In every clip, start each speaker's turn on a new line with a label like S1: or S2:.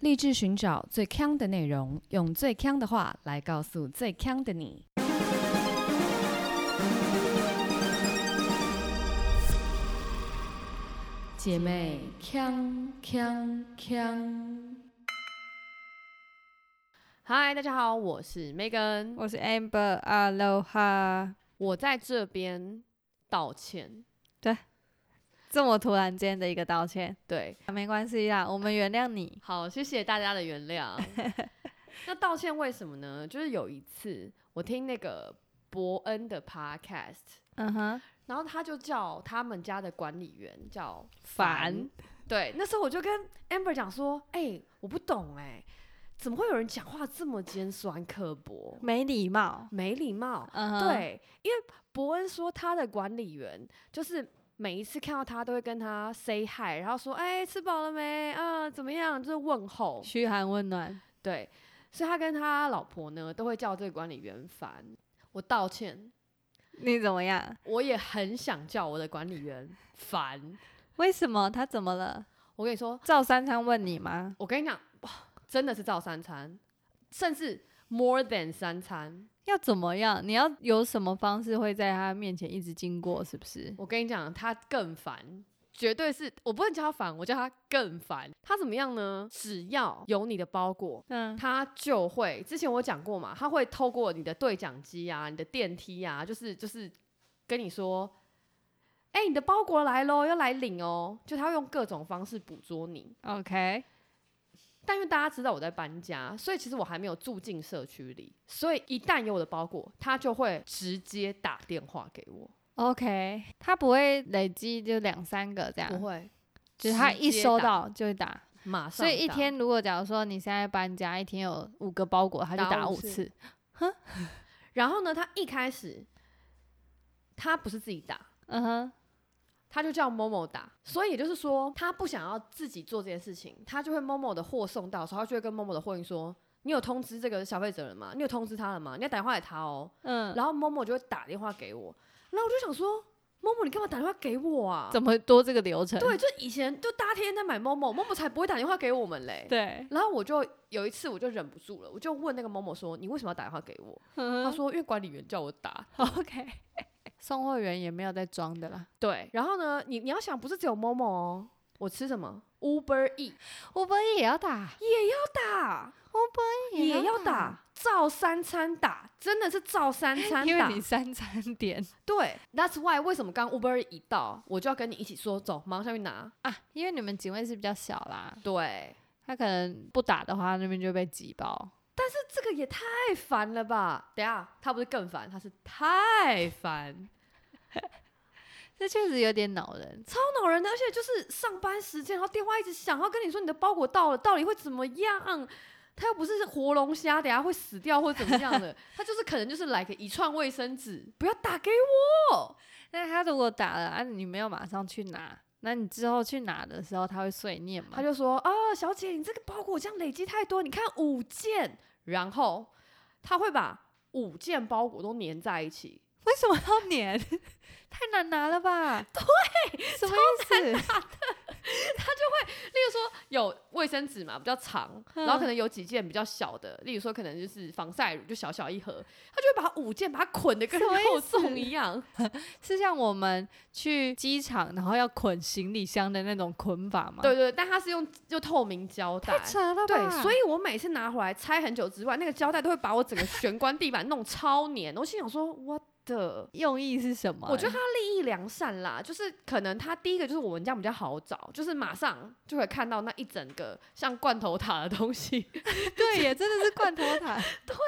S1: 立志寻找最强的内容，用最强的话来告诉最强的你。姐妹，强强强！
S2: 嗨，大家好，我是 Megan，
S3: 我是 Amber Aloha。
S2: 我在这边道歉。
S3: 这么突然间的一个道歉，
S2: 对，
S3: 啊没关系啦，我们原谅你。
S2: 好，谢谢大家的原谅。那道歉为什么呢？就是有一次我听那个伯恩的 podcast，
S3: 嗯哼，
S2: 然后他就叫他们家的管理员叫
S3: 烦，
S2: 对，那时候我就跟 Amber 讲说，哎、我不懂哎、怎么会有人讲话这么尖酸刻薄、
S3: 没礼貌。
S2: 没礼貌？
S3: 嗯哼，
S2: 对，因为伯恩说他的管理员就是每一次看到他都会跟他 say hi，然后说哎、吃饱了没啊怎么样，就是问候。
S3: 嘘寒问暖。
S2: 对，所以他跟他老婆呢都会叫这个管理员烦。我道歉，
S3: 你怎么样？
S2: 我也很想叫我的管理员烦。
S3: 为什么他怎么了？
S2: 我跟你说，
S3: 赵三餐问你吗？
S2: 我跟你讲，哇真的是照三餐，甚至 more than 三餐。
S3: 要怎么样？你要有什么方式会在他面前一直经过？是不是？
S2: 我跟你讲，他更烦，绝对是我不能叫他烦，我叫他更烦。他怎么样呢？只要有你的包裹，
S3: 嗯，
S2: 他就会。之前我讲过嘛，他会透过你的对讲机啊、你的电梯啊，就是就是跟你说，哎、你的包裹来喽，要来领哦。就他会用各种方式捕捉你。
S3: OK，
S2: 但因为大家知道我在搬家，所以其实我还没有住进社区里，所以一旦有我的包裹，他就会直接打电话给我，
S3: OK，他不会累积就两三个这
S2: 不
S3: 样，
S2: 会
S3: 就是他
S2: 直
S3: 一
S2: 接
S3: 收
S2: 打
S3: 到就会打。
S2: 马上
S3: 所
S2: 打。
S3: 以一天如果假如说你现在搬家，一天有五个包裹，他就
S2: 打
S3: 打
S2: 五
S3: 五
S2: 次
S3: 次。
S2: 然后呢，他一开始他不是自己打，
S3: 嗯哼，
S2: 他就叫 Momo 打，所以也就是说，他不想要自己做这件事情，他就会 Momo 的货送到的时候，他就会跟 Momo 的货运说：“你有通知这个消费者了吗？你有通知他了吗？你要打电话给他哦。”
S3: 嗯，
S2: 然后 Momo 就会打电话给我，然后我就想说：“Momo，你干嘛打电话给我啊？”
S3: 怎么多这个流程？
S2: 对，就以前就大家天天在买 Momo，Momo 才不会打电话给我们嘞。
S3: 对，
S2: 然后我就有一次我就忍不住了，我就问那个 Momo 说：“你为什么要打电话给我？”他
S3: 他
S2: 说：“因为管理员叫我打。”
S3: OK，送货员也没有在装的啦。
S2: 对，然后呢，你你要想，不是只有 Momo 哦，我吃什么？Uber E
S3: 我们也要打，
S2: 打
S3: ，Uber
S2: 也要，打，照三餐打，真的是照三餐
S3: 因
S2: 打
S3: 为你。三餐 点
S2: 对，That's why 为什么刚 Uber E 一到，我就要跟你一起说走，马上下去拿。
S3: 啊，因为你们警卫是比较小啦，
S2: 对，
S3: 他可能不打的话，那边就被挤爆。
S2: 这这个也太烦了吧？等一下他不是更烦，他是太烦，
S3: 这确实有点恼人。
S2: 超恼人的。而且就是上班时间，然后电话一直响，然后跟你说你的包裹到了，到底会怎么样？他又不是活龙虾，等一下会死掉或怎么样 的，他就是可能就是来个一串卫生纸，不要打给我。
S3: 那他如果打了啊，你没有马上去拿，那你之后去拿的时候，他会碎念吗
S2: 他？就说：“啊，小姐，你这个包裹这样累积太多，你看五件。”然后他会把五件包裹都粘在一起，
S3: 为什么要 粘？太难拿了吧？ 对，什么意思？
S2: 例如说有卫生纸嘛，比较长，然后可能有几件比较小的，例如说可能就是防晒乳，就小小一盒，他就会把五件把它捆的跟
S3: 什么意
S2: 肉
S3: 思
S2: 粽一样。
S3: 是像我们去机场然后要捆行李箱的那种捆法吗？
S2: 对，对，对但他是用就透明胶带
S3: 太。扯了吧？
S2: 对，所以我每次拿回来拆很久之外，那个胶带都会把我整个玄关地板弄超黏。我心想说，what the？
S3: 用意是什么 欸？
S2: 我觉得他利益良善啦，就是可能他第一个就是我们这样比较好找，就是马上就会看到那一整个像罐头塔的东西。 然
S3: 对耶，真的是罐头塔，
S2: 后哦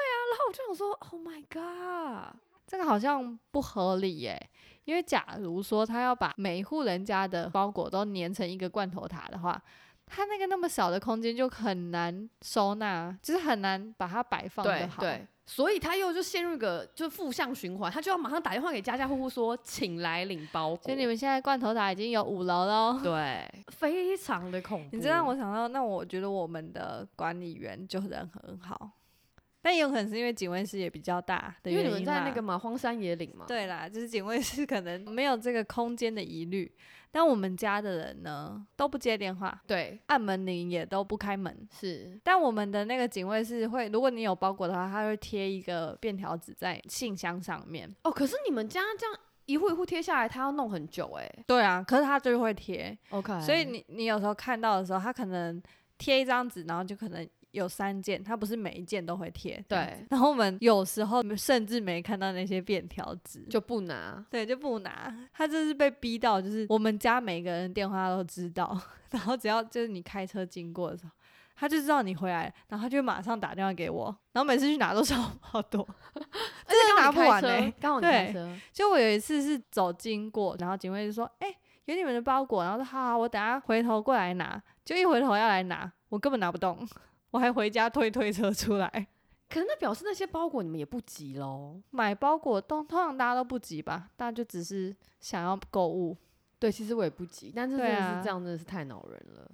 S2: 我就想说，Oh my god！
S3: 这个好像不合理耶。因为假如说他要把每一户人家的包裹都粘成一个罐头塔的话，他那个那么小的空间就很难收纳，就是很难把它摆放
S2: 对
S3: 的好。
S2: 对，所以他又就陷入一个就是负向循环，他就要马上打电话给家家户户说，请来领包
S3: 所
S2: 裹
S3: 以。你们现在罐头塔已经有五楼喽。
S2: 对，非常的恐怖。
S3: 你这让我想到，那我觉得我们的管理员就人很好，但也有可能是因为警卫室也比较大的
S2: 因为
S3: 原
S2: 你
S3: 因
S2: 们在那
S3: 啦
S2: 个嘛荒山野岭嘛，
S3: 对啦，就是警卫室可能没有这个空间的疑虑，但我们家的人呢都不接电话，
S2: 对
S3: 按门铃也都不开门。
S2: 是
S3: 但我们的那个警卫室会，如果你有包裹的话，它会贴一个便条纸在信箱上面。
S2: 哦。可是你们家这样一户一户贴下来，他要弄很久哎、
S3: 对啊，可是它就会贴，
S2: OK，
S3: 所以你你有时候看到的时候，它可能贴一张纸，然后就可能有三件，它不是每一件都会贴。这样
S2: 对
S3: 子，然后我们有时候甚至没看到那些便条纸，
S2: 就不拿。
S3: 对，就不拿。他真是被逼到，就是我们家每个人电话都知道， 然后只要就是你开车经过的时候，他就知道你回来了，然后他就马上打电话给我，然后每次去拿都超 好多，真的
S2: 刚
S3: 拿
S2: 好你
S3: 不
S2: 开
S3: 完欸
S2: 车
S3: 呢、
S2: 刚好你开车，
S3: 就我有一次是走经过，然后警卫就说：“哎、有你们的包裹。”然后说：“好好，我等下回头过来拿。”就一回头要来拿，我根本拿不动， 我还回家推推车出来。
S2: 可是那表示那些包裹你们也不急喽。
S3: 买包裹通通常大家都不急吧，大家就只是想要购物。
S2: 对，其实我也不急，但是真
S3: 对
S2: 的
S3: 啊嗯
S2: 是这样，真的是太恼人了。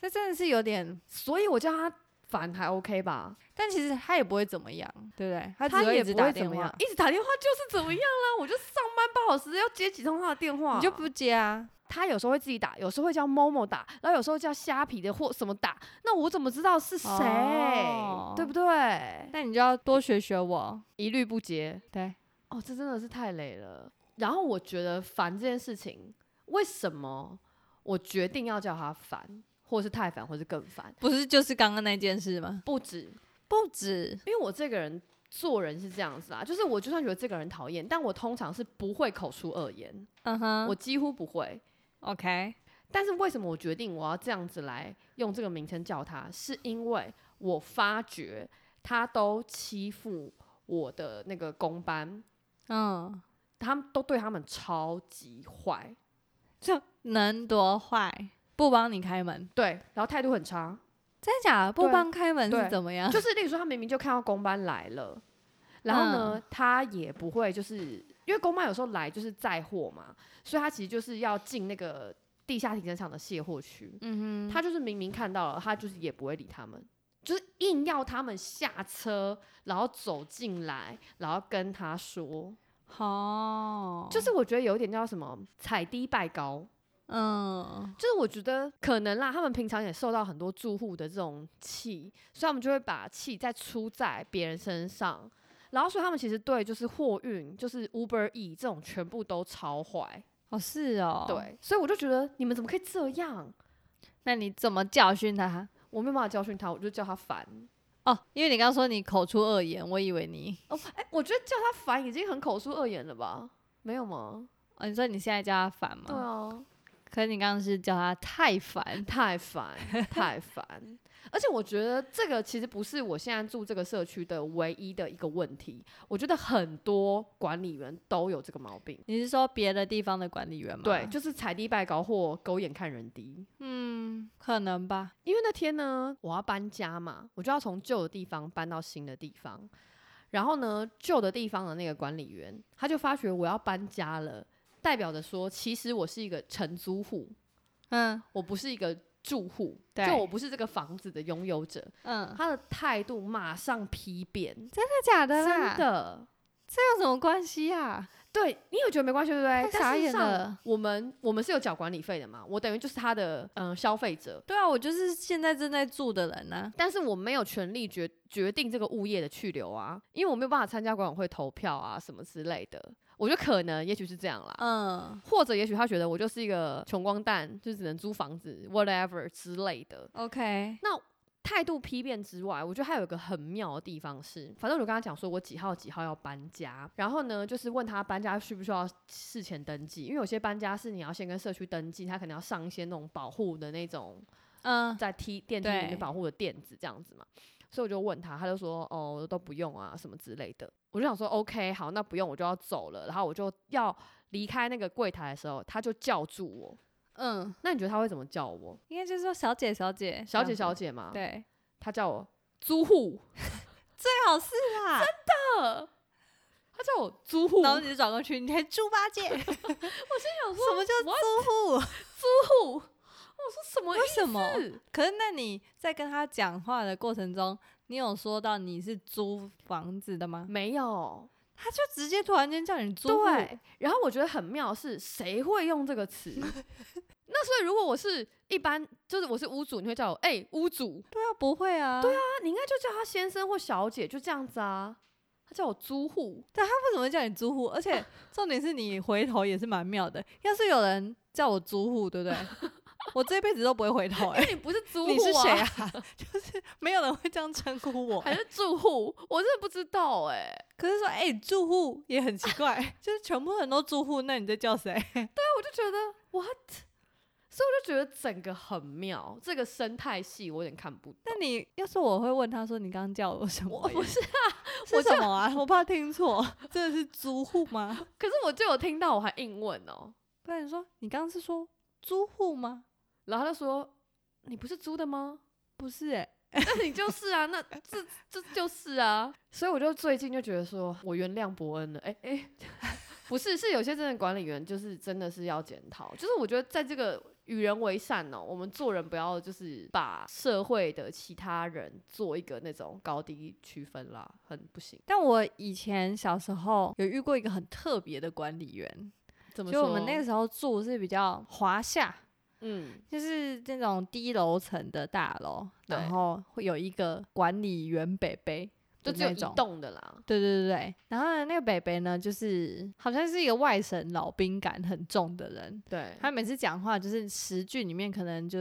S3: 这真的是有点
S2: 所以我叫他烦还 OK 吧，
S3: 但其实他也不会怎么样，对不对？他只
S2: 他
S3: 会一
S2: 也
S3: 直
S2: 不
S3: 打
S2: 会怎
S3: 电
S2: 么
S3: 话
S2: 样，，一直打电话就是怎么样啦。我就上班不好时要接几通他的电话，
S3: 你就不接啊？
S2: 他有时候会自己打，有时候会叫某某打，然后有时候叫虾皮的或什么打，那我怎么知道是谁？
S3: 哦
S2: 对不对？
S3: 那你就要多学学我。
S2: 一律不接。
S3: 对，
S2: 哦，这真的是太累了。然后我觉得烦这件事情，为什么我决定要叫他烦，或是太烦，或是更烦？
S3: 不是就是刚刚那件事吗？
S2: 不止，
S3: 不止，
S2: 因为我这个人做人是这样子啊，就是我就算觉得这个人讨厌，但我通常是不会口出恶言，
S3: 嗯哼
S2: 我几乎不会。
S3: OK，
S2: 但是为什么我决定我要这样子来用这个名称叫他？是因为我发觉他都欺负我的那个公班，
S3: 嗯，
S2: 他们都对他们超级坏，
S3: 就能多坏？不帮你开门，
S2: 对，然后态度很差，
S3: 真假的？不
S2: 对
S3: 帮开门是
S2: 对
S3: 怎么样？
S2: 就是例如说他明明就看到公班来了，然后
S3: 嗯
S2: 呢，他也不会就是因为公班有时候来就是载货嘛，所以他其实就是要进那个地下停车场的卸货区，
S3: 嗯
S2: 他就是明明看到了，他就是也不会理他们，就是硬要他们下车，然后走进来，然后跟他说，
S3: 哼，哦，
S2: 就是我觉得有一点叫什么踩低拜高，
S3: 嗯，
S2: 就是我觉得可能啦，他们平常也受到很多住户的这种气，所以他们就会把气再出在别人身上，然后所以他们其实对就是货运，就是 Uber E 这种全部都超坏，
S3: 哦是哦，，
S2: 对，所以我就觉得你们怎么可以这样？
S3: 那你怎么教训他？
S2: 我没有办法教训他，我就叫他烦。
S3: 哦，因为你刚刚说你口出恶言，我以为你，
S2: 哦，哎、我觉得叫他烦已经很口出恶言了吧？没有吗？
S3: 哦，你说你现在叫他烦
S2: 对
S3: 吗？
S2: 啊，
S3: 可是你刚刚是叫他太烦，
S2: 太烦，太烦。而且我觉得这个其实不是我现在住这个社区的唯一的一个问题，我觉得很多管理员都有这个毛病。
S3: 你是说别的地方的管理员吗？
S2: 对，就是踩低拜高或狗眼看人低。
S3: 嗯，可能吧。
S2: 因为那天呢，我要搬家嘛，我就要从旧的地方搬到新的地方。然后呢，旧的地方的那个管理员，他就发觉我要搬家了，代表着说，其实我是一个承租户，
S3: 嗯
S2: 我不是一个住户，
S3: 对
S2: 就我不是这个房子的拥有者。
S3: 嗯，真
S2: 他的态度马上批变，
S3: 的假的啊啦？
S2: 真的。
S3: 这有什么关系啊？
S2: 对你有觉得没关系，对不对？
S3: 太傻
S2: 但事实
S3: 眼
S2: 上，
S3: 了。
S2: 我们我们是有缴管理费的嘛，我等于就是他的嗯、呃消费者，
S3: 对啊，我就是现在正在住的人呢、
S2: 但是我没有权利决决定这个物业的去留啊，因为我没有办法参加管委会投票啊什么之类的。我觉得可能也许是这样啦，
S3: 嗯
S2: 或者也许他觉得我就是一个穷光蛋，就只能租房子 whatever 之类的。
S3: ，OK，
S2: 态度批变之外，我觉得还有一个很妙的地方是，反正我就跟他讲说我几号几号要搬家，然后呢，就是问他搬家需不需要事前登记，因为有些搬家是你要先跟社区登记，他可能要上一些那种保护的那种
S3: 嗯，
S2: 在梯电梯里
S3: 对
S2: 面保护的垫子这样子嘛，所以我就问他，他就说哦都不用啊什么之类的，我就想说 OK 好，那不用我就要走了，然后我就要离开那个柜台的时候，他就叫住我，
S3: 嗯，
S2: 那你觉得他会怎么叫我？
S3: 应该就是说小姐，小姐，
S2: 小姐小
S3: 姐，
S2: 姐嘛，
S3: 对，
S2: 他叫我租户，
S3: 最好是啦。
S2: 他叫我租户，
S3: 然后你就转过去，你才猪八戒，什
S2: 想说
S3: 么叫 租户？
S2: 租户？我说什么意
S3: 为什么？
S2: 思？
S3: 可是那你在跟他讲话的过程中，你有说到你是租房子的吗？
S2: 没有，
S3: 他就直接突然间叫你租户，
S2: 对。然后我觉得很妙的是，谁会用这个词？ 那所以如果我是一般，就是我是屋主，你会叫我哎、屋主，
S3: 对啊，不会啊，对啊，
S2: 那你应该就叫他先生或小姐，就这样子啊。他叫我租 户，
S3: 为什么会叫你租户？而且重点是你回头也是蛮妙的。要是有人叫我租户，对不 对？我这辈子都不会回 头、欸。
S2: 你不是租户、啊，
S3: 你是谁？ 啊？ 就是没有人会这样称呼我、
S2: 还是住户？我真的不知道哎、
S3: 可是说，哎、住户也很奇怪， 就是全部人都住户，那你在叫谁？
S2: 我就觉得 what，所以我就觉得整个很妙，这个生态系我有点看不懂。
S3: 那你要是我会问他说，你刚刚叫我什么
S2: 我
S3: 耶？
S2: 不是，
S3: 是
S2: 我
S3: 什
S2: 就
S3: 么啊？我怕听错， 真的是租户 吗？
S2: 可是我就有听到，我还硬问哦、
S3: 不然你说你刚刚是说租户吗？
S2: 然后他就说：“你不是租的吗？
S3: 不是、欸，
S2: 那你就是啊，那这这就是啊。”所以我就最近就觉得说，我原谅伯恩了。哎、哎、 不是，是有些真的管理员就是真的是要检讨，就是我觉得在这个与人为善哦，我们做人不要就是把社会的其他人做一个那种高低区分啦，很不行。
S3: 但我以前小时候有遇过一个很特别的管理员，
S2: 怎么
S3: 就
S2: 说？
S3: 我们那个时候住是比较华夏，
S2: 嗯，
S3: 就是那种低楼层的大楼，
S2: 对
S3: 然后会有一个管理员北北，
S2: 就只有
S3: 那
S2: 一
S3: 种。
S2: 栋的啦。
S3: 对对对对，然后呢那个北北呢，就是好像是一个外省老兵感很重的人，
S2: 对
S3: 他每次讲话就是十句里面可能就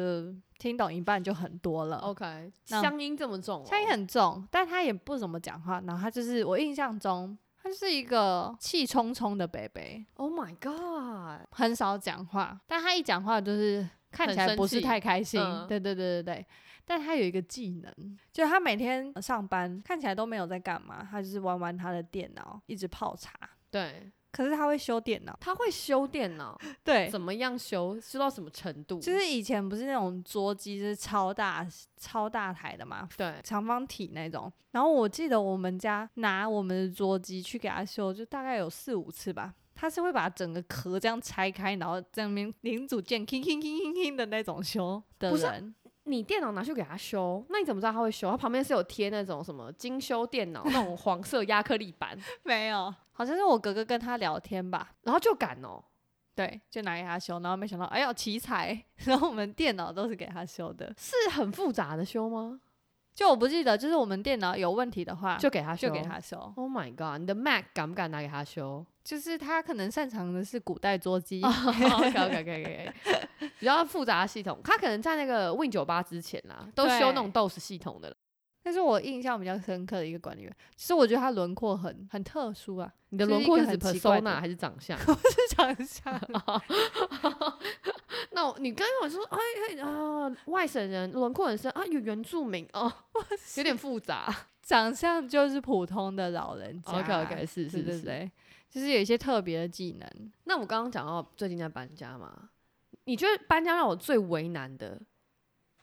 S3: 听懂一半就很多了。
S2: ，OK，
S3: 那
S2: 乡音这么重、哦，
S3: 声音很重，但他也不怎么讲话。然后他就是我印象中，他就是一个气冲冲的北北，
S2: ，Oh my God，
S3: 很少讲话。但他一讲话就是看起
S2: 很
S3: 来
S2: 生
S3: 不是
S2: 气
S3: 太开心。
S2: 嗯
S3: 对对对对对。但他有一个技能，就是他每天上班看起来都没有在干嘛，他就是玩玩他的电脑，一直泡茶。
S2: 对。
S3: 可是他会修电脑，
S2: 他会修电脑，
S3: 对，
S2: 怎么样修？修到什么程度？
S3: 就是以前不是那种桌机，就是超大超大台的嘛，
S2: 对，
S3: 长方体那种。然后我记得我们家拿我们的桌机去给他修，就大概有四五次吧。他是会把整个壳这样拆开，然后在那边零组 件 king king king king king 的那种修的
S2: 不是
S3: 人，
S2: 你电脑拿去给他修，那你怎么知道他会修？他旁边是有贴那种什么精修电 脑那种黄色亚克力板，
S3: 没有，好像是我哥哥跟他聊天吧，
S2: 然后就敢哦、
S3: 对，就拿给他修，然后没想到，哎呦奇才，然后我们电脑都是给他修的，
S2: 是很复杂的修吗？
S3: 就我不记得，就是我们电脑有问题的话，
S2: 就给他修，
S3: 就给。他修，
S2: Oh my god！你的 Mac 敢不敢拿给他 修
S3: 就是他可能擅长的是古代桌机，
S2: ？OK OK OK OK，比较复杂的系统，他可能在那个 Win 九八之前啦，都
S3: 对
S2: 修那种 DOS 系统的了。
S3: 但是我印象比较深刻的一个管理员，其实我觉得他轮廓很很特殊啊，
S2: 你的
S3: 就
S2: 轮
S3: 是一
S2: 廓
S3: 个
S2: 是指
S3: 很奇怪的
S2: persona 还是长相？
S3: 不是长相，
S2: 那我你刚刚有说，哎哎啊，外省人轮廓很深啊，有原住民哦，有点复杂。
S3: 长相就是普通的老人家。啊
S2: OK，OK，是是
S3: 对对
S2: 是
S3: 对，就是有一些特别的技能。
S2: 那我刚刚讲到最近在搬家嘛，你觉得搬家让我最为难的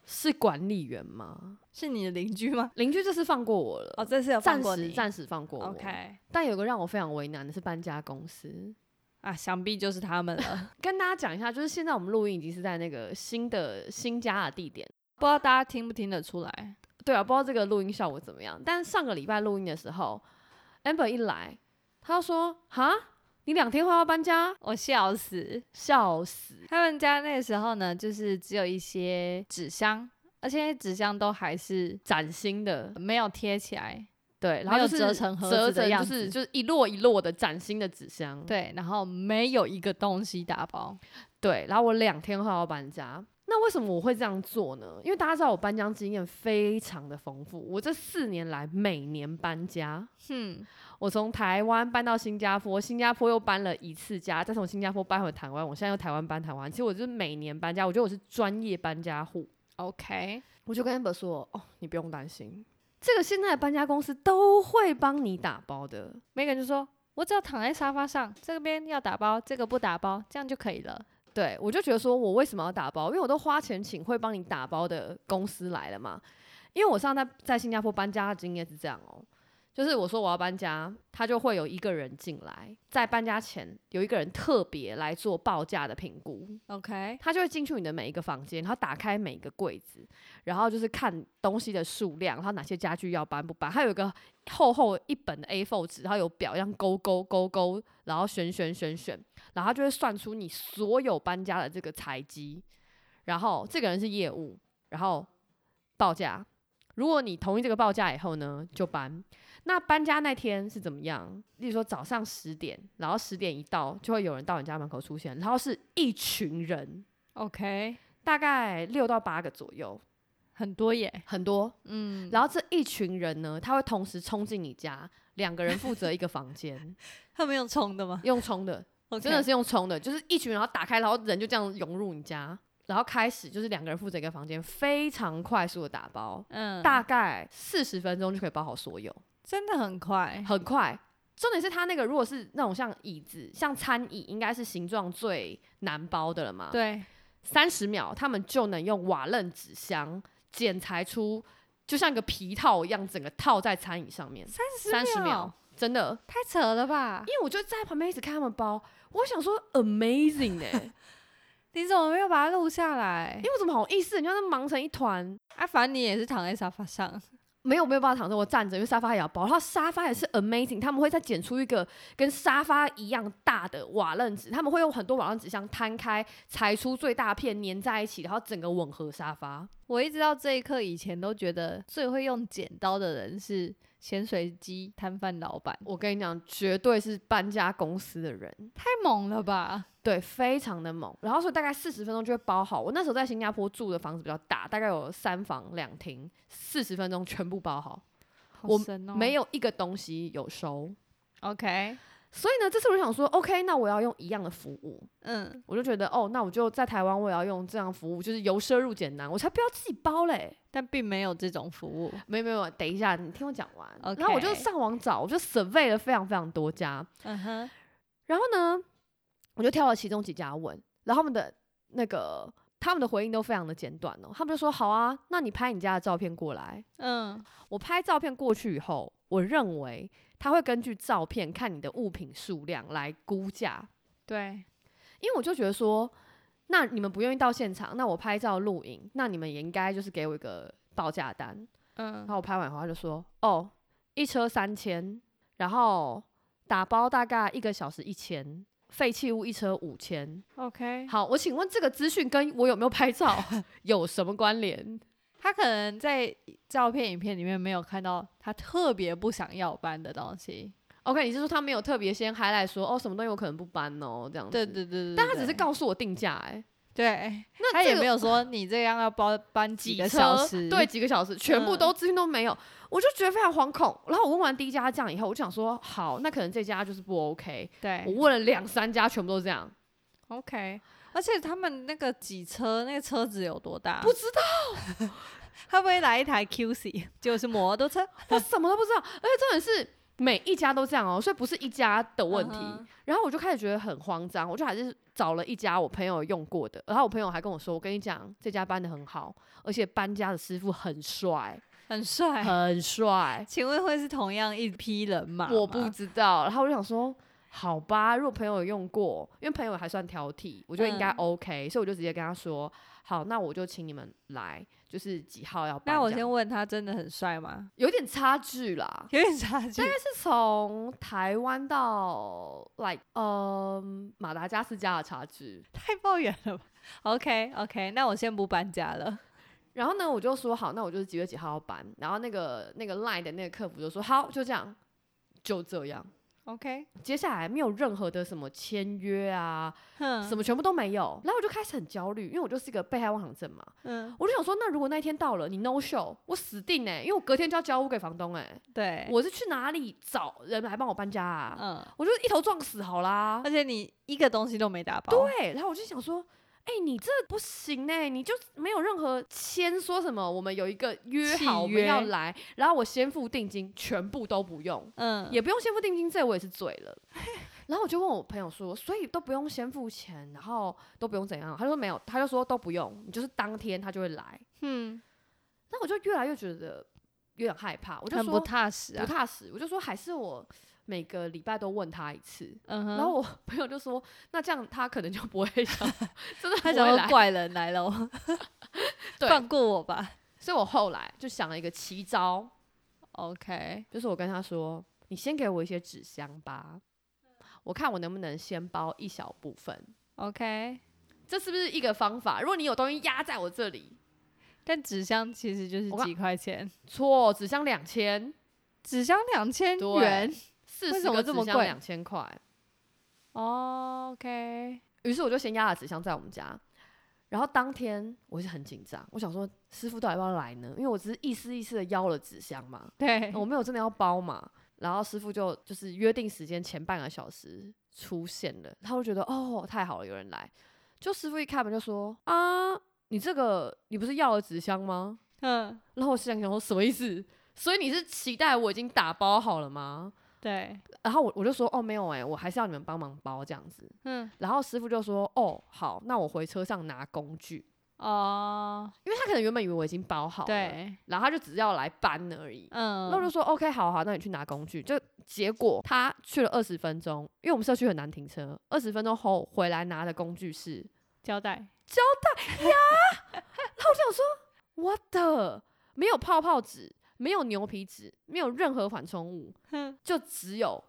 S2: 是管理员吗？
S3: 是你的邻居吗？
S2: 邻居这次放过我了，
S3: 哦，这是有放
S2: 暂
S3: 过
S2: 时
S3: 你。
S2: 暂时放过我。
S3: OK
S2: 但有个让我非常为难的是搬家公司。
S3: 啊，想必就是他们了。
S2: 跟大家讲一下，就是现在我们录音已经是在那个新的新家的地点。
S3: 不知道大家听不听得出来？
S2: 对啊，不知道这个录音效果怎么样。但上个礼拜录音的时候，Amber 一来，他就说：“哈，你两天后要搬家，
S3: 我笑死。
S2: 笑死
S3: 他们家那时候呢，就是只有一些纸箱，而且纸箱都还是
S2: 崭新的。
S3: 没有贴起来，”
S2: 对，然
S3: 没
S2: 后
S3: 有
S2: 就是
S3: 折成盒子
S2: 折
S3: 的
S2: 成
S3: 样
S2: 就是
S3: 子
S2: 就是一摞一摞的崭新的纸箱。
S3: 对，然后没有一个东西打包。
S2: 对，然后我两天后要搬家。那为什么我会这样做呢？因为大家知道我搬家经验非常的丰富，我这四年来每年搬家，
S3: 哼、
S2: 我从台湾搬到新加坡，新加坡又搬了一次家，再从新加坡搬回台湾，我现在又台湾搬台湾。其实我就是每年搬家，我觉得我是专业搬家户。
S3: OK，
S2: 我就跟 Amber 说：“哦，你不用担心，这个现在的搬家公司都会帮你打包的。
S3: 每个人就说：“我只要躺在沙发上，这边要打包，这个不打包，这样就可以了。
S2: 对”我就觉得说，我为什么要打包？因为我都花钱请会帮你打包的公司来了嘛。因为我上次在在新加坡搬家的经验是这样哦，就是我说我要搬家，他就会有一个人进来，在搬家前有一个人特别来做报价的评估，
S3: OK，
S2: 他就会进去你的每一个房间，然后打开每一个柜子，然后就是看东西的数量，然后哪些家具要搬不搬，还有一个厚厚一本的 A4 纸，然后有表，让勾勾勾勾，然后选选选选，然后他就会算出你所有搬家的这个财机，然后这个人是业务，然后报价。如果你同意这个报价以后呢，就搬。那搬家那天是怎么样？例如说早上十点，然后十点一到，就会有人到你家门口出现，然后是一群人，
S3: OK，
S2: 大概六到八个左右，
S3: 很多耶，
S2: 很多。
S3: 嗯，
S2: 然后这一群人呢，他会同时冲进你家，两个人负责一个房间，
S3: 他们用冲的吗？
S2: 用冲 的，真的是用冲的，就是一群人，然后打开，然后人就这样涌入你家，然后开始就是两个人负责一个房间，非常快速的打包，
S3: 嗯，
S2: 大概四十分钟就可以包好所有，
S3: 真的很快，
S2: 很快。重点是他那个如果是那种像椅子、像餐椅，应该是形状最难包的了嘛？
S3: 对，
S2: 三十秒，他们就能用瓦楞纸箱剪裁出，就像一个皮套一样，整个套在餐椅上面。三十秒，真的，
S3: 太扯了吧
S2: 因？为我就在旁边一直看他们包，我想说 amazing 哎、
S3: 你怎么没有把它录下来
S2: 因？为我怎么好意思，人家都忙成一团，
S3: 啊，反正你也是躺在沙发上，
S2: 没有没有办法躺着，我站着，因为沙发也要包，然后沙发也是 amazing，他们会再剪出一个跟沙发一样大的瓦楞纸，他们会用很多瓦楞纸箱摊开，裁出最大片粘在一起，然后整个吻合沙发。
S3: 我一直到这一刻以前都觉得最会用剪刀的人是咸水鸡摊贩老板，
S2: 我跟你讲，绝对是搬家公司的人。
S3: 太猛了吧？
S2: 对，非常的猛。然后所以大概四十分钟就会包好。我那时候在新加坡住的房子比较大，大概有三房两厅，四十分钟全部包好，
S3: 好
S2: 我
S3: 神哦
S2: 没有一个东西有收。
S3: OK，
S2: 所以呢，这次我就想说，OK，那我要用一样的服务，
S3: 嗯，
S2: 我就觉得哦，那我就在台湾我也要用这样的服务，就是由奢入俭难，我才不要自己包嘞。
S3: 但并没有这种服务。
S2: 没有没有没有，等一下，你听我讲完。然后我就
S3: OK
S2: 上网找，我就 survey 了非常非常多家，
S3: 嗯哼，
S2: 然后呢，我就挑了其中几家问，然后他们的那个他们的回应都非常的简短哦，他们就说好啊，那你拍你家的照片过来。
S3: 嗯，
S2: 我拍照片过去以后，我认为他会根据照片看你的物品数量来估价，
S3: 对，
S2: 因为我就觉得说，那你们不愿意到现场，那我拍照录影，那你们也应该就是给我一个报价单。然
S3: 嗯，
S2: 后我拍完以后，他就说哦，一车三千，然后打包大概一个小时一千，废弃物一车五千。
S3: ，OK，
S2: 好，我请问这个资讯跟我有没有拍照 有什么关联？
S3: 他可能在照片、影片里面没有看到他特别不想要搬的东西。
S2: OK，你是说他没有特别先 highlight 说哦什么东西我可能不搬哦这样子？
S3: 对对对对，
S2: 但他只是
S3: 对
S2: 告诉我定价哎、
S3: 对，
S2: 那
S3: 他
S2: 这
S3: 也
S2: 个
S3: 没有说你这样要包搬
S2: 几
S3: 个
S2: 车
S3: 小时。
S2: 对，几个小时，全部
S3: 嗯
S2: 都资讯都没有，我就觉得非常惶恐。然后我问完第一家这样以后，我就想说好，那可能这家就是不 OK。我
S3: 对
S2: 问了两三家，全部都这样，
S3: ，OK。而且他们那个几车，那个车子有多大？
S2: 不知道，
S3: 会不会来一台 QC，就是 摩托车？
S2: 我什么都不知道。而且重点是每一家都这样哦，所以不是一家的问题。
S3: 嗯哼
S2: 然后我就开始觉得很慌张，我就还是找了一家我朋友用过的，然后我朋友还跟我说，我跟你讲，这家搬的很好，而且搬家的师傅很 帅，
S3: 很帅。
S2: 很帅，
S3: 请问会是同样一批人吗？
S2: 我不知道。然后我就想说，好吧，如果朋友有用过，因为朋友还算挑剔，我觉得应该
S3: 嗯
S2: OK，、所以我就直接跟他说，好，那我就请你们来，就是几号要搬这样。
S3: 那我先问他，真的很帅吗？
S2: 有点差距啦，
S3: 有点差
S2: 是
S3: 距。
S2: 从台湾到 like 嗯马达加斯加的差距。
S3: 太抱怨了 吧？OK OK，那我先不搬家了。
S2: 然后呢，我就说好，那我就是几月几号要搬。然后那个那个 Line 的那个客服就说好，就这样，就这样。
S3: OK，
S2: 接下来没有任何的什么签约啊，
S3: 哼，
S2: 什么全部都没有。然后我就开始很焦虑，因为我就是一个被害妄想症嘛。
S3: 嗯，
S2: 我就想说，那如果那一天到了，你 no show，我死定哎、因为我隔天就要交屋给房东哎、
S3: 对，
S2: 我是去哪里找人来帮我搬家啊？
S3: 嗯，
S2: 我就一头撞死好啦
S3: 而。且你一个东西都没打包，，
S2: 对，然后我就想说。哎、你这不行呢、你就没有任何签说什么，我们有一个约
S3: 契
S2: 好我们要
S3: 约
S2: 来，然后我先付定金，全部都不用，
S3: 嗯，
S2: 也不用先付定金，这我也是醉 了。然后我就问我朋友说，所以都不用先付钱，然后都不用怎样？他说没有，他就说都不用，你就是当天他就会来。
S3: 嗯，
S2: 那我就越来越觉得有点害怕，我就
S3: 很
S2: 说
S3: 不踏实啊
S2: 不。踏实，我就说还是我每个礼拜都问他一次。
S3: 嗯哼，
S2: 然后我朋友就说：“那这样他可能就不会想， 真的不
S3: 他
S2: 会
S3: 想说
S2: 来。
S3: 怪人来了哦，
S2: 对
S3: 放过 我吧。”
S2: 所以我后来就想了一个奇招，
S3: OK，
S2: 就是我跟他说：“你先给我一些纸箱吧，我看我能不能先包一小部分。
S3: OK，
S2: 这是不是一个方法？如果你有东西压在我这里，
S3: 但纸箱其实就是
S2: 我看
S3: 几块钱，
S2: 错，纸箱两千，
S3: 纸箱两千
S2: 对
S3: 元。
S2: 四
S3: 为
S2: 十
S3: 什么
S2: 个
S3: 这
S2: 纸
S3: 么
S2: 箱
S3: 贵
S2: 两千块。
S3: 哦 OK，
S2: 于是我就先压了纸箱在我们家。然后当天我是很紧张，我想说师傅到底要不要来呢？因为我只是一丝一丝的邀了纸箱嘛，
S3: 对，
S2: 我没有真的要包嘛。然后师傅就就是约定时间前半个小时出现了，他就觉得哦太好了，有人来。就师傅一开门就说啊，你这个你不是要了纸箱吗？
S3: 嗯，
S2: 然后我心想想说什么意思？所以你是期待我已经打包好了吗？
S3: 对，
S2: 然后我我就说哦没有哎、我还是要你们帮忙包这样子。
S3: 嗯，
S2: 然后师傅就说哦好，那我回车上拿工具，
S3: 哦，
S2: 因为他可能原本以为我已经包好了，
S3: 对，
S2: 然后他就只是要来搬而已。
S3: 嗯，
S2: 那我就说 OK，好好，那你去拿工具。就结果他去了二十分钟，因为我们社区很难停车。二十分钟后回来拿的工具是，
S3: 胶带，
S2: 我的没有泡泡纸，没有牛皮纸，没有任何缓冲物，
S3: 哼，
S2: 就只有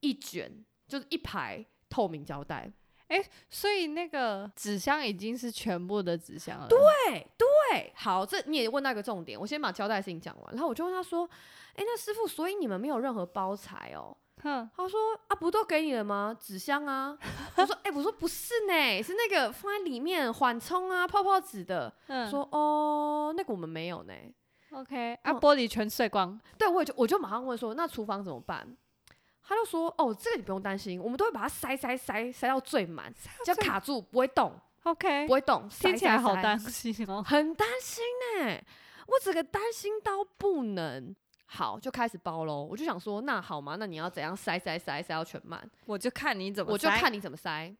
S2: 一卷，就是一排透明胶带。
S3: 所以那个纸箱已经是全部的纸箱了。
S2: 对对，好，这你也问到一个重点，我先把胶带的事情讲完。然后我就问他说：“哎、那师傅，所以你们没有任何包材哦？”
S3: 哼，
S2: 他说啊，不都给你了吗？纸箱啊。我说哎、我说不是呢，是那个放在里面缓冲啊，泡泡纸的。
S3: 嗯，
S2: 说哦，那个我们没有呢。
S3: OK，啊，
S2: 嗯
S3: 玻璃全碎光。
S2: 对，我也就我就马上问说，那厨房怎么办？他就说哦，这个你不用担心，我们都会把它塞塞塞塞到最满，只要
S3: 最
S2: 卡住不会动，
S3: OK，
S2: 不会动。塞
S3: 听起来
S2: 塞
S3: 好
S2: 塞
S3: 担心哦。
S2: 很担心呢、我整个担心到不能。好，就开始包喽。我就想说，那好嘛，那你要怎样塞塞塞塞到全满？
S3: 我就看你怎
S2: 我就看你怎么塞。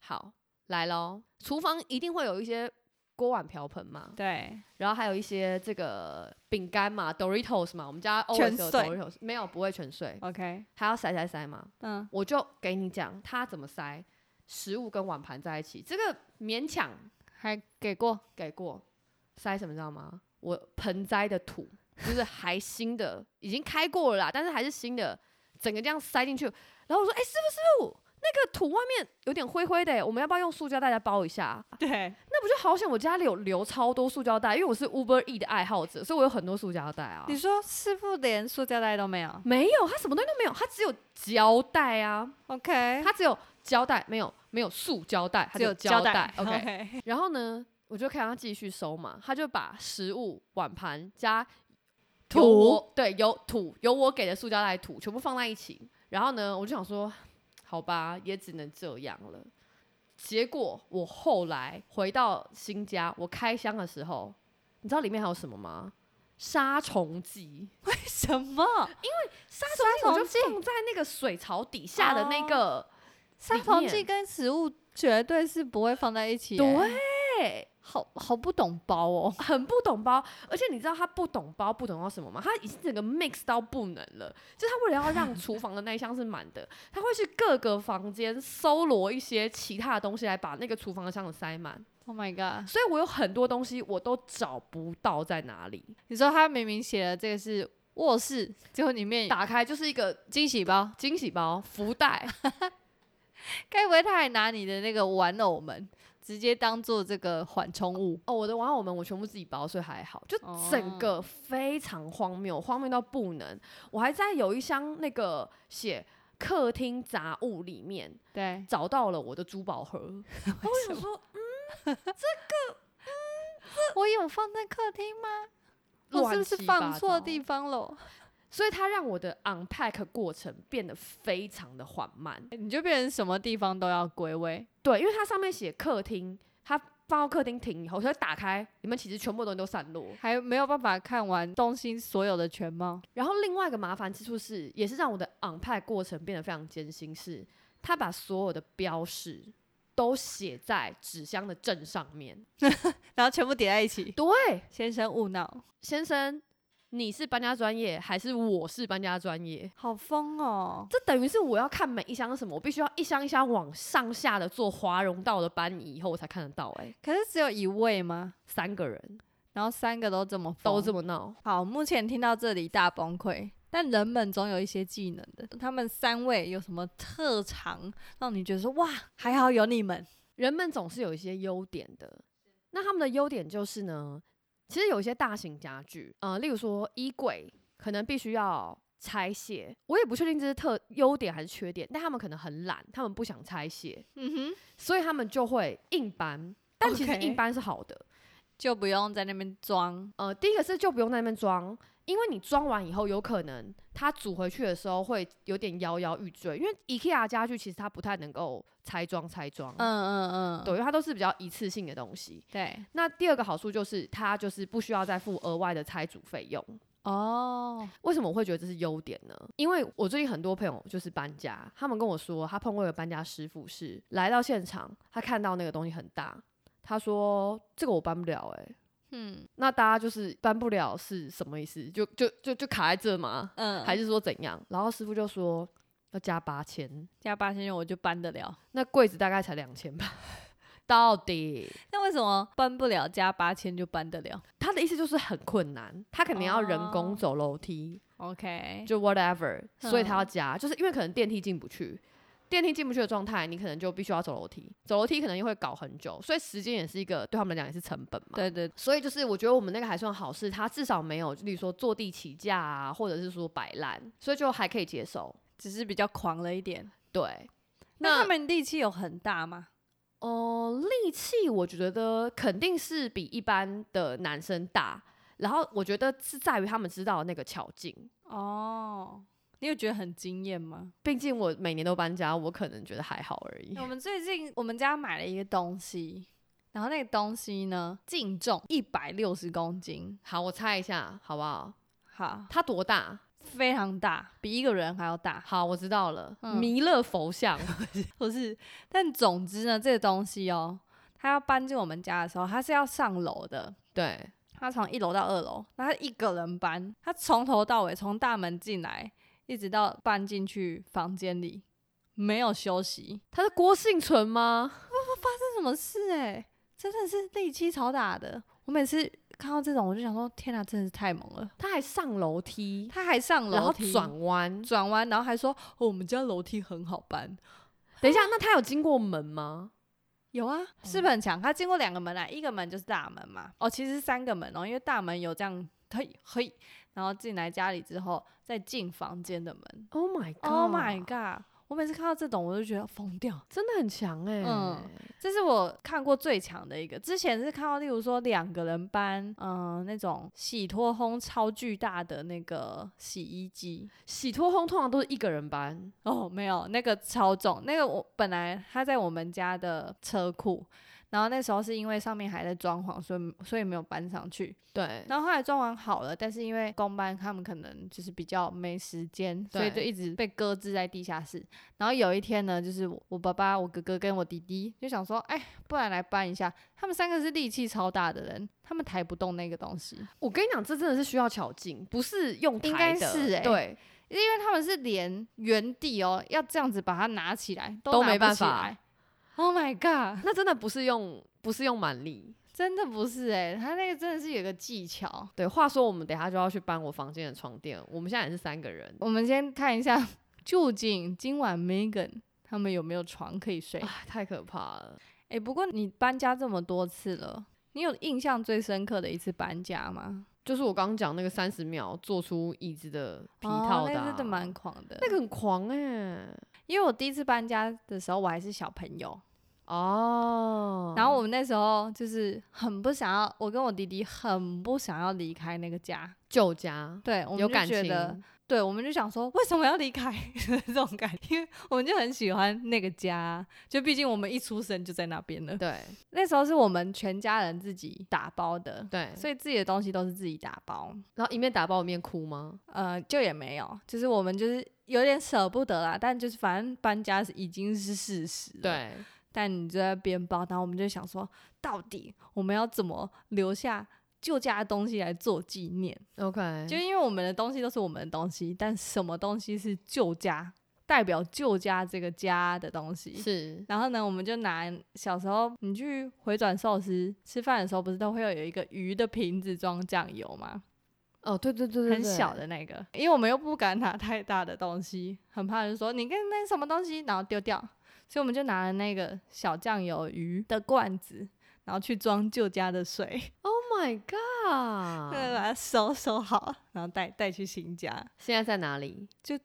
S2: 好，来喽，厨房一定会有一些锅碗瓢盆嘛，
S3: 对，
S2: 然后还有一些这个饼干嘛，Doritos 嘛，我们家 always
S3: 全
S2: 有
S3: 碎
S2: Doritos，没有不会全碎，
S3: OK，
S2: 还要塞塞塞嘛。
S3: 嗯，
S2: 我就给你讲它怎么塞，食物跟碗盘在一起，这个勉强
S3: 还给过，
S2: 给过。塞什么你知道吗？我盆栽的土就是还新的， 已经开过了啦，但是还是新的，整个这样塞进去。然后我说：“哎、师傅师傅，那个土外面有点灰灰的欸，我们要不要用塑胶袋再包一下？”
S3: 对，
S2: 那不就好险？我家里有留超多塑胶袋，因为我是 Uber E 的爱好者，所以我有很多塑胶袋啊。
S3: 你说师傅连塑胶袋都没有
S2: 没有，它什么东西都没有，它只有胶带啊，
S3: ？OK，
S2: 它只有胶带，没有没有塑胶带，它
S3: 只有
S2: 胶
S3: 带。
S2: OK，
S3: OK，
S2: 然后呢，我就看他继续收嘛，他就把食物、碗盘加有
S3: 土
S2: 我对，有土，有我给的塑胶袋土，全部放在一起。然后呢，我就想说，好吧，也只能这样了。结果我后来回到新家，我开箱的时候，你知道里面还有什么吗？杀虫剂，
S3: 为什么
S2: 杀虫剂我
S3: 虫
S2: 就
S3: 剂哦
S2: 放在那个水槽底下的那个，
S3: 杀
S2: 里
S3: 虫
S2: 面
S3: 剂跟食物绝对是不会放在一起？，
S2: 对，
S3: 好好不懂包哦。
S2: 很不懂包，而且你知道他不懂包不懂到什么吗？他已经整个 mix 到不能了，就是他为了要让厨房的那一箱是满的， 他会去各个房间搜罗一些其他的东西来把那个厨房的箱子塞满，
S3: Oh my god！
S2: 所以我有很多东西我都找不到在哪里，
S3: 你说他明明写的这个是卧室，结果里面
S2: 打开就是一个
S3: 惊喜包，
S2: 惊喜包、福袋，
S3: 该不会他还拿你的那个玩偶们直接当做这个缓冲物？
S2: 哦，我的玩偶们我全部自己包，所以还好。就整个非常荒谬，荒谬到不能。我还在有一箱那个写客厅杂物里面
S3: 对，
S2: 找到了我的珠宝 盒，然后我想说
S3: 我有放在客厅吗？我是
S2: 乱
S3: 不是
S2: 七
S3: 放
S2: 八
S3: 错
S2: 糟
S3: 地方了？
S2: 所以它让我的 unpack 过程变得非常的缓慢。
S3: 你就变成什么地方都要归位。
S2: 对，因为它上面写客厅，它放到客厅停以后，它就打开，里面其实全部东西都散落。
S3: 还没有办法看完东西所有的全貌。
S2: 然后另外一个麻烦之处是，也是让我的 unpack 过程变得非常艰辛，是他把所有的标示都写在纸箱的正上面。
S3: 然后全部叠在一起。
S2: 对，
S3: 先生勿闹，
S2: 先生，你是搬家专业还是我是搬家专业。
S3: 好疯哦！
S2: 这等于是我要看每一箱是什么，我必须要一箱一箱往上下的做华容道的搬移以后，我才看得到、哎，
S3: 可是只有一位吗？
S2: 三个人
S3: 然后三个都这么疯
S2: 都这么闹，
S3: 好，目前听到这里大崩溃。但人们总有一些技能的，他们三位有什么特长让你觉得说哇，还好有你们？
S2: 人们总是有一些优点的。那他们的优点就是呢，其实有一些大型家具，呃，例如说衣柜，可能必须要拆卸。我也不确定这是特优点还是缺点，但他们可能很懒，他们不想拆卸，
S3: 嗯哼，
S2: 所以他们就会硬搬。但其实
S3: OK
S2: 硬搬是好的
S3: 就不用在那边装。
S2: 呃，第一个是就不用在那边装，因为你装完以后，有可能它组回去的时候会有点摇摇欲坠，因为 IKEA 家具其实它不太能够拆装拆装，
S3: 嗯嗯嗯，
S2: 对，因为它都是比较一次性的东西。
S3: 对，
S2: 那第二个好处就是它就是不需要再付额外的拆组费用。
S3: 哦，
S2: 为什么我会觉得这是优点呢？因为我最近很多朋友就是搬家，他们跟我说，他碰过一个搬家师傅是来到现场，他看到那个东西很大，他说这个我搬不了、欸，
S3: 嗯
S2: 那大家就是搬不了是什么意思？就就就就卡在这吗？
S3: 嗯，
S2: 还
S3: 是
S2: 是说怎样？然后师傅就说要加八千，
S3: 加八千元我就搬得了。
S2: 那柜子大概才两千吧。 到底
S3: 那为什么搬不了加八千就搬得了
S2: 他的意思就是很困难，他可能要人工
S3: 哦
S2: 走楼梯，
S3: ？OK，
S2: 就 whatever，所以他要
S3: 嗯
S2: 加，就是因为可能电梯进不去。电梯进不去的状态，你可能就必须要走楼梯，走楼梯可能又会搞很久，所以时间也是一个对他们来讲也是成本嘛。
S3: 对对，
S2: 所以就是我觉得我们那个还算好事，它至少没有，例如说坐地起价啊，或者是说摆烂，所以就还可以接受。
S3: 只是比较狂了一点。
S2: 对，
S3: 那
S2: 那
S3: 他们力气有很大吗？
S2: 哦、力气我觉得肯定是比一般的男生大，然后我觉得是在于他们知道那个巧劲。
S3: 哦，你有觉得很惊艳吗？
S2: 毕竟我每年都搬家，我可能觉得还好而已
S3: 我。们最近我们家买了一个东西，然后那个东西呢，净重一百六十公斤，
S2: 好，我猜一下好不好？
S3: 好，
S2: 它多大？
S3: 非常大，比一个人还要大，
S2: 好，我知道了，
S3: 嗯
S2: 弥勒佛 像。
S3: 不是？但总之呢，这个东西哦，它要搬进我们家的时候，它是要上楼的。
S2: 对，
S3: 他从一楼到二楼，那他一个人搬，他从头到尾，从大门进来一直到搬进去房间里，没有休息。
S2: 它是郭幸存吗？
S3: 这什么事哎、真的是力气超大的。我每次看到这种，我就想说，天哪、真的是太猛了。
S2: 他还上楼梯，
S3: 他还上
S2: 然
S3: 楼
S2: 后
S3: 梯
S2: 转弯，
S3: 转弯，然后还说、哦我们家楼梯很好搬。
S2: 等一下，那他有经过门吗？
S3: 有啊，是不是很强？他经过两个门来，一个门就是大门嘛。哦，其实是三个门哦，因为大门有这样嘿嘿，然后进来家里之后再进房间的门。
S2: Oh my god!
S3: Oh my god！我每次看到这种，我就觉得疯掉。
S2: 真的很强哎、
S3: 嗯这是我看过最强的一个。之前是看到，例如说两个人搬，嗯、那种洗脱烘超巨大的那个洗衣机。
S2: 洗脱烘通常都是一个人搬，
S3: 哦，没有，那个超重，那个我本来它在我们家的车库，然后那时候是因为上面还在装潢，所以所以没有搬上去。
S2: 对，
S3: 然后后来装完好了，但是因为公班他们可能就是比较没时间，所以就
S2: 对
S3: 一直被搁置在地下室。然后有一天呢，就是我我爸爸、我哥哥跟我弟弟就想说，哎，不然来搬一下。他们三个是力气超大的人，他们抬不动那个东西，
S2: 我跟你讲，这真的是需要巧劲，不是用
S3: 应
S2: 抬
S3: 该
S2: 的，
S3: 是欸
S2: 对，
S3: 因为他们是连原地哦，要这样子把它拿起来都
S2: 都
S3: 拿
S2: 没
S3: 不
S2: 办
S3: 起
S2: 法
S3: 来 Oh my god！
S2: 那真的不是用不是用蛮力。
S3: 真的不是哎、他那个真的是有个技巧。
S2: 对，话说我们等一下就要去搬我房间的床垫，我们现在也是三个人，
S3: 我们先看一下，究竟今晚 Megan 他们有没有床可以睡？
S2: 哎，太可怕了。
S3: 啊哎、不过你搬家这么多次了，你有印象最深刻的一次搬家吗？
S2: 就是我刚刚讲那个三十秒做出椅子的皮套
S3: 哦、
S2: 的、
S3: 那
S2: 啊，
S3: 真的蛮狂的。
S2: 那个很狂哎、
S3: 因为我第一次搬家的时候，我还是小朋友，
S2: 哦，
S3: 然后我们那时候就是很不想要，我跟我弟弟很不想要离开那个家，
S2: 旧家
S3: 对，我们
S2: 有
S3: 就
S2: 感
S3: 觉得
S2: 情，
S3: 对，我们就想说，为什么要离开 这种感觉？因为我们就很喜欢那个家，就毕竟我们一出生就在那边了。
S2: 对
S3: 那时候是我们全家人自己打包的，
S2: 对，
S3: 所以自己的东西都是自己打包。
S2: 然后一面打包一面哭吗？
S3: 呃，就也没有，就是我们就是有点舍不得啦，但就是反正搬家是已经是事实了。，
S2: 对，
S3: 但你就在边包，然后我们就想说，到底我们要怎么留下？旧家的东西来做纪念。
S2: OK，
S3: 就因为我们的东西都是我们的东西，但什么东西是旧家，代表旧家这个家的东西。
S1: 是
S3: 然后呢，我们就拿小时候你去回转寿司吃饭的时候，不是都会有一个鱼的瓶子装酱油吗？
S2: 哦，对对对对，
S3: 很
S2: 对
S3: 小，的那个，因为我们又不敢拿太大的东西，很怕人说你跟那什么东西，然后丢掉，所以我们就拿了那个小酱油鱼的罐子，然后去装旧家的水，
S2: Oh my
S3: 对，
S2: god！
S3: 把它收收好，然后带带去新家，
S2: 现在在哪里？应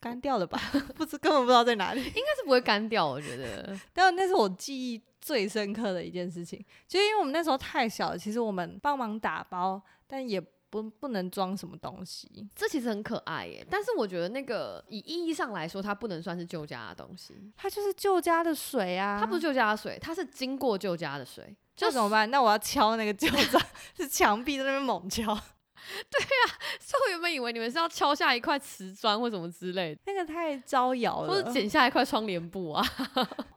S3: 干掉了吧？ 不知根本不知道在哪里。
S2: 该是不会干掉，我觉得。
S3: 但那是我记忆最深刻的一件事情，就因为我们那时候太小了，其实我们帮忙打包，但也不不能装什么东西。
S2: 这其实很可爱耶，但是我觉得那个以意义上来说，它不能算是旧家的东西，
S3: 它就是旧家的水啊，
S2: 它不是旧家的水，它是经过旧家的水。
S3: 那怎么办？那我要敲那个 旧章，是墙壁在那边猛敲。
S2: 所以我原本以为你们是要敲下一块瓷砖或什么之类的，
S3: 那个太招摇
S2: 或者
S3: 了。
S2: 剪下一块窗帘布啊。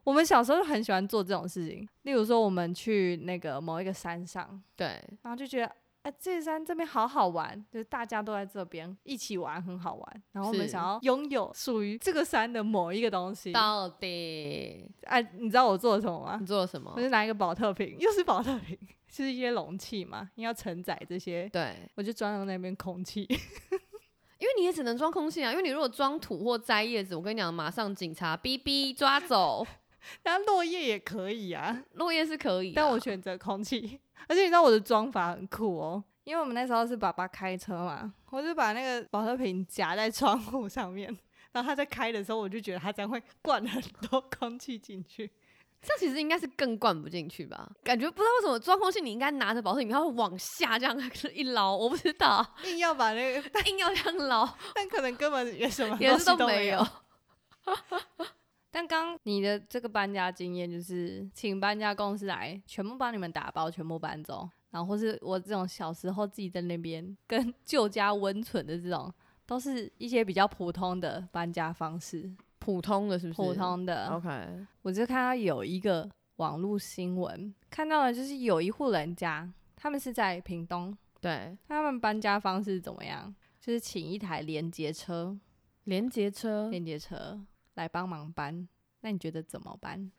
S3: 我们小时候就很喜欢做这种事情，例如说我们去那个某一个山上，
S2: 对，
S3: 然后就觉得，哎、这山这边好好玩，就是大家都在这边一起玩，很好玩。然后我们
S2: 是
S3: 想要拥有属于这个山的某一个东西。
S2: 到底
S3: 哎、你知道我做了什么吗
S2: 你？做了什么
S3: 我？就拿一个保特瓶， 又是保特瓶，就是一些容器嘛，因为要承载这些，
S2: 对，
S3: 我就装到那边空气。
S2: 因为你也只能装空气啊，因为你如果装土或摘叶子，我跟你讲，马上警察哔哔抓 走。
S3: 然后落叶也可以啊。
S2: 落叶是可以啊、
S3: 但我选择空气。而且你知道我的装法很酷哦，因为我们那时候是爸爸开车嘛，我就把那个保特瓶夹在窗户上面，然后他在开的时候，我就觉得他这样会灌很多 空气进去。
S2: 这样其实应该是更灌不进去吧？感觉不知道为什么装空气，你应该拿着保特瓶，它会往下这样一捞，我不知 道，
S3: 硬要把那个，
S2: 硬要这样 捞，
S3: 但可能根本也什么
S2: 也
S3: 东
S2: 是
S3: 西都
S2: 没
S3: 没
S2: 有。。
S3: 但刚你的这个搬家经验就是，请搬家公司来全部帮你们打包，全部搬走，然后或是我这种小时候自己在那边跟旧家温存的这种，都是一些比较普通的搬家方式。
S2: 普通的是嗯不是？
S3: 普。通的。
S2: OK，
S3: 我就看到有一个网络新闻，看到了就是有一户人家，他们是在屏东，
S2: 对，
S3: 他们搬家方式怎么样？就是请一台连接车，
S2: 连接车，
S3: 连接车来帮忙搬。那你觉得怎么搬？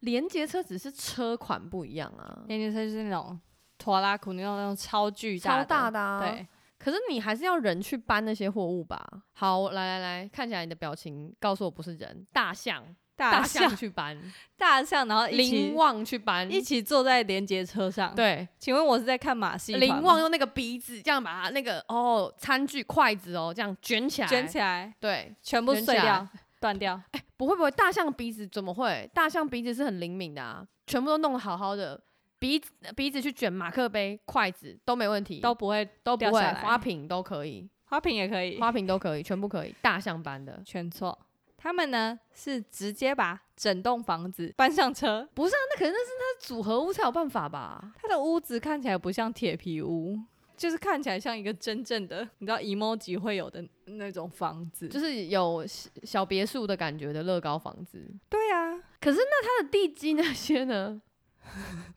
S2: 连接车只是车款不一样啊，
S3: 连接车就是那种拖拉苦那种那种超巨大
S2: 超
S3: 的、
S2: 大的啊。，
S3: 对，
S2: 可是你还是要人去搬那些货物吧？好，来来来，看起来你的表情告诉我不是人，大象，
S3: 大
S2: 象
S3: 象
S2: 去搬，
S3: 大象，然后 一
S2: 林
S3: 起
S2: 旺去搬，
S3: 一起坐在连接车上。，
S2: 对。
S3: 请问我是在看马戏团吗
S2: 林旺用那个鼻子这样把它那个哦餐具筷子哦这样卷起来，
S3: 卷起来，
S2: 对，
S3: 全部
S2: 卷起
S3: 碎
S2: 来
S3: 掉、断掉。
S2: 不会不会，大象鼻子怎么会？大象鼻子是很灵敏的啊，全部都弄得好好的，鼻子鼻子去卷马克杯、筷子都没问题，
S3: 都不会，
S2: 都不
S3: 掉
S2: 会
S3: 下，来
S2: 花瓶都可以，
S3: 花瓶也可以，
S2: 花瓶都可以，全部可以，大象班的。
S3: 全错。他们呢是直接把整栋房子搬上车，
S2: 不是啊，那可能那是那是组合屋才有办法吧？
S3: 他的屋子看起来不像铁皮屋，就是看起来像一个真正的你知道 emoji 会有的那种房子。
S2: 就是有小小别墅的感觉的乐高房子，
S3: 对啊，
S2: 可是那它的地基那些呢？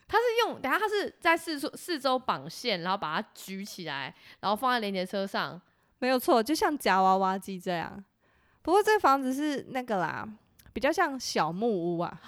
S2: 它是用，等下它是在四周四周绑线，然后把它举起来，然后放在连接车上。
S3: 没有错，就像夹娃娃机这样。不过这房子是那个啦，比较像小木屋啊。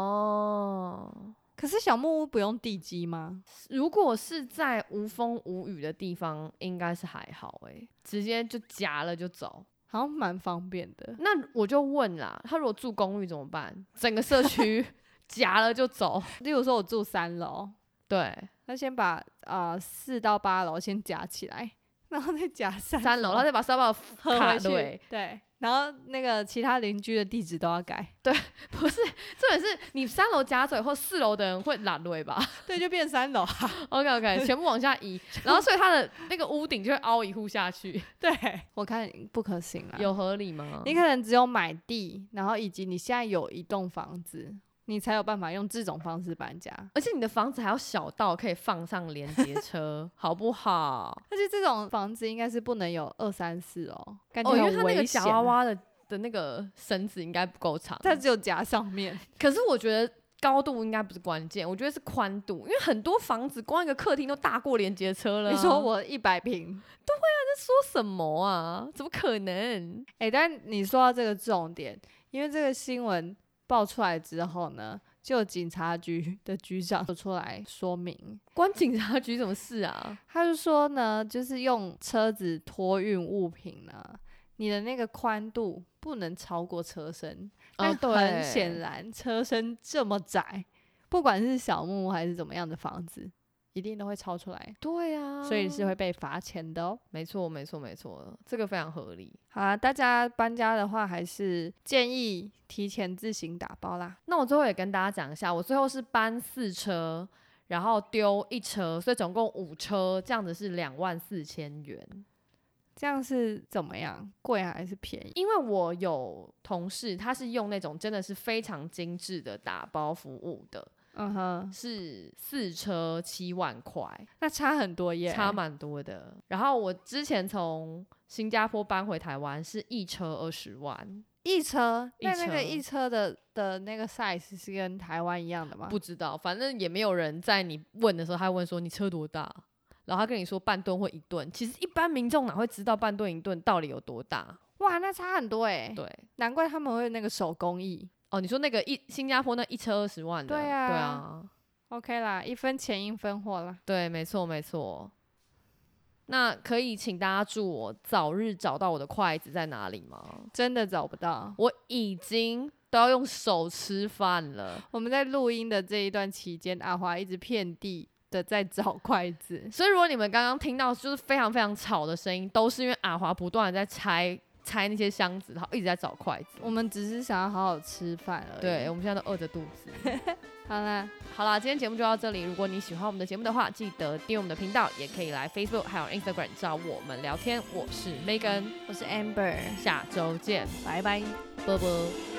S2: 哦，
S3: 可是小木屋不用地基吗？
S2: 如果是在无风无雨的地方，应该是还好诶、直接就夹了就走。
S3: 好像蛮方便的。
S2: 那我就问啦，他如果住公寓怎么办？整个社区 夹了就走，
S3: 例如说我住三楼，
S2: 对，
S3: 那先把呃四到八楼先夹起来，然后再夹三
S2: 三楼，然后再把沙包
S3: 喝
S2: 卡
S3: 回去
S2: 对，
S3: 对，然后那个其他邻居的地址都要改，
S2: 不是，重点是你三楼夹走以后，四楼的人会懒对吧？
S3: 对，就变三楼啊，
S2: OK OK，全部 往下移，然后所以它的那个屋顶就会凹一户下去，
S3: 对，我看不可行了。
S2: 有合理吗？
S3: 你可能只有买地，然后以及你现在有一栋房子，你才有办法用这种方式搬家。
S2: 而且你的房子还要小到可以放上连接 车，好不好？
S3: 而且这种房子应该是不能有二三四哦，感觉
S2: 哦，因为
S3: 很
S2: 它那个
S3: 危
S2: 夹
S3: 险。
S2: 娃
S3: 啊
S2: 娃的的那个绳子应该不够长，
S3: 它只有夹上面，
S2: 可是我觉得。高度应该不是关键，我觉得是宽度，因为很多房子光一个客厅都大过连接车了啊、
S3: 你说我一百平，
S2: 在说什么啊？怎么可能？
S3: 哎、但你说到这个重点，因为这个新闻爆出来之后呢，就有警察局的局长就出来说明，
S2: 关警察局什么事 啊？
S3: 他就说呢，就是用车子托运物品呢，你的那个宽度不能超过车身，
S2: 啊
S3: 但哦很显
S2: 对
S3: 然车身这么窄，不管是小木屋还是怎么样的房子，一定都会超出来，
S2: 对啊，
S3: 所以是会被罚钱的哦。
S2: 没错，没错，没错，这个非常合理。
S3: 好啊，大家搬家的话，还是建议提前自行打包啦。
S2: 那我最后也跟大家讲一下，我最后是搬四车，然后丢一车，所以总共五车，这样子是两万四千元。
S3: 这样是怎么样？贵啊还是便宜？
S2: 因为我有同事，他是用那种真的是非常精致的打包服务的，
S3: 嗯哼，
S2: 是四车七万块，
S3: 那差很多耶，
S2: 差蛮多的。然后我之前从新加坡搬回台湾是一车二十万，
S3: 一车。
S2: 一
S3: 那那个
S2: 车
S3: 一车的的那个 size 是跟台湾一样的吗？
S2: 不知道，反正也没有人在你问的时候，他会问说你车多大，然后他跟你说半吨或一吨，其实一般民众哪会知道半吨一吨到底有多大？
S3: 哇，那差很多哎，
S2: 对，
S3: 难怪他们会有那个手工艺。
S2: 哦，你说那个一新加坡那一车二十万的，
S3: 对啊
S2: 对啊，
S3: OK 啦，一分钱一分货啦。
S2: 对，没错没错。那可以请大家祝我早日找到我的筷子在哪里吗？
S3: 真的找不到。
S2: 我已经都要用手吃饭了。
S3: 我们在录音的这一段期间，阿华一直遍地的在找筷子。
S2: 所以如果你们刚刚听到就是非常非常吵的声音，都是因为阿华不断的在拆拆那些箱子，然后一直在找筷子。
S3: 我们只是想要好好吃饭而已。
S2: 对，我，们现在都饿着肚子。
S3: 好啦，
S2: 好啦，今天节目就到这里。如果你喜欢我们的节目的话，记得订阅我们的频道，也可以来 Facebook 还有 Instagram 找我们聊天。我是 Megan，
S3: 我是 Amber，
S2: 下周见，
S3: 拜拜。
S2: 啵啵。